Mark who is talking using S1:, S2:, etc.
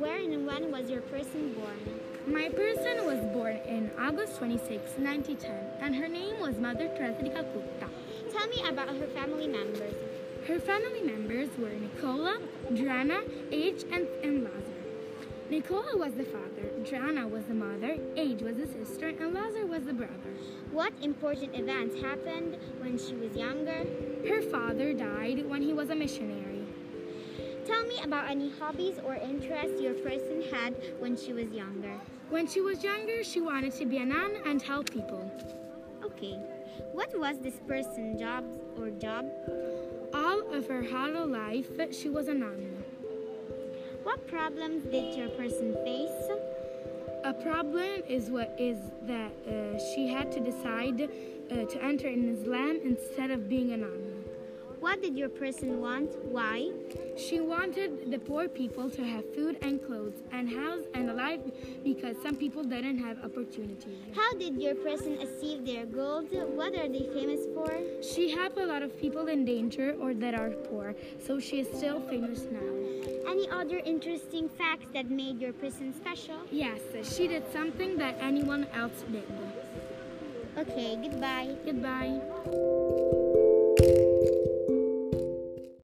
S1: when was your person born?
S2: My person was born in August 26, 1910, and her name was Mother Teresadika Gupta.
S1: Tell me about her family members.
S2: Her family members were Nicola, Drana, Age, and, and Lazar. Nicola was the father, Drana was the mother, Age was the sister, and Lazar was the brother.
S1: What important events happened when she was younger?
S2: Her father died when he was a missionary.
S1: Tell me about any hobbies or interests your person had when she was younger.
S2: When she was younger, she wanted to be a nun and help people.
S1: Okay. What was this person's job or job?
S2: All of her hollow life, she was a nun.
S1: What problems did your person face?
S2: A problem is what is that uh, she had to decide uh, to enter in Islam instead of being a nun.
S1: What did your person want? Why?
S2: She wanted the poor people to have food and clothes and house and a life because some people didn't have opportunities.
S1: How did your person achieve their goals? What are they famous for?
S2: She helped a lot of people in danger or that are poor, so she is still famous now.
S1: Any other interesting facts that made your person special?
S2: Yes, she did something that anyone else did.
S1: Okay, goodbye.
S2: Goodbye.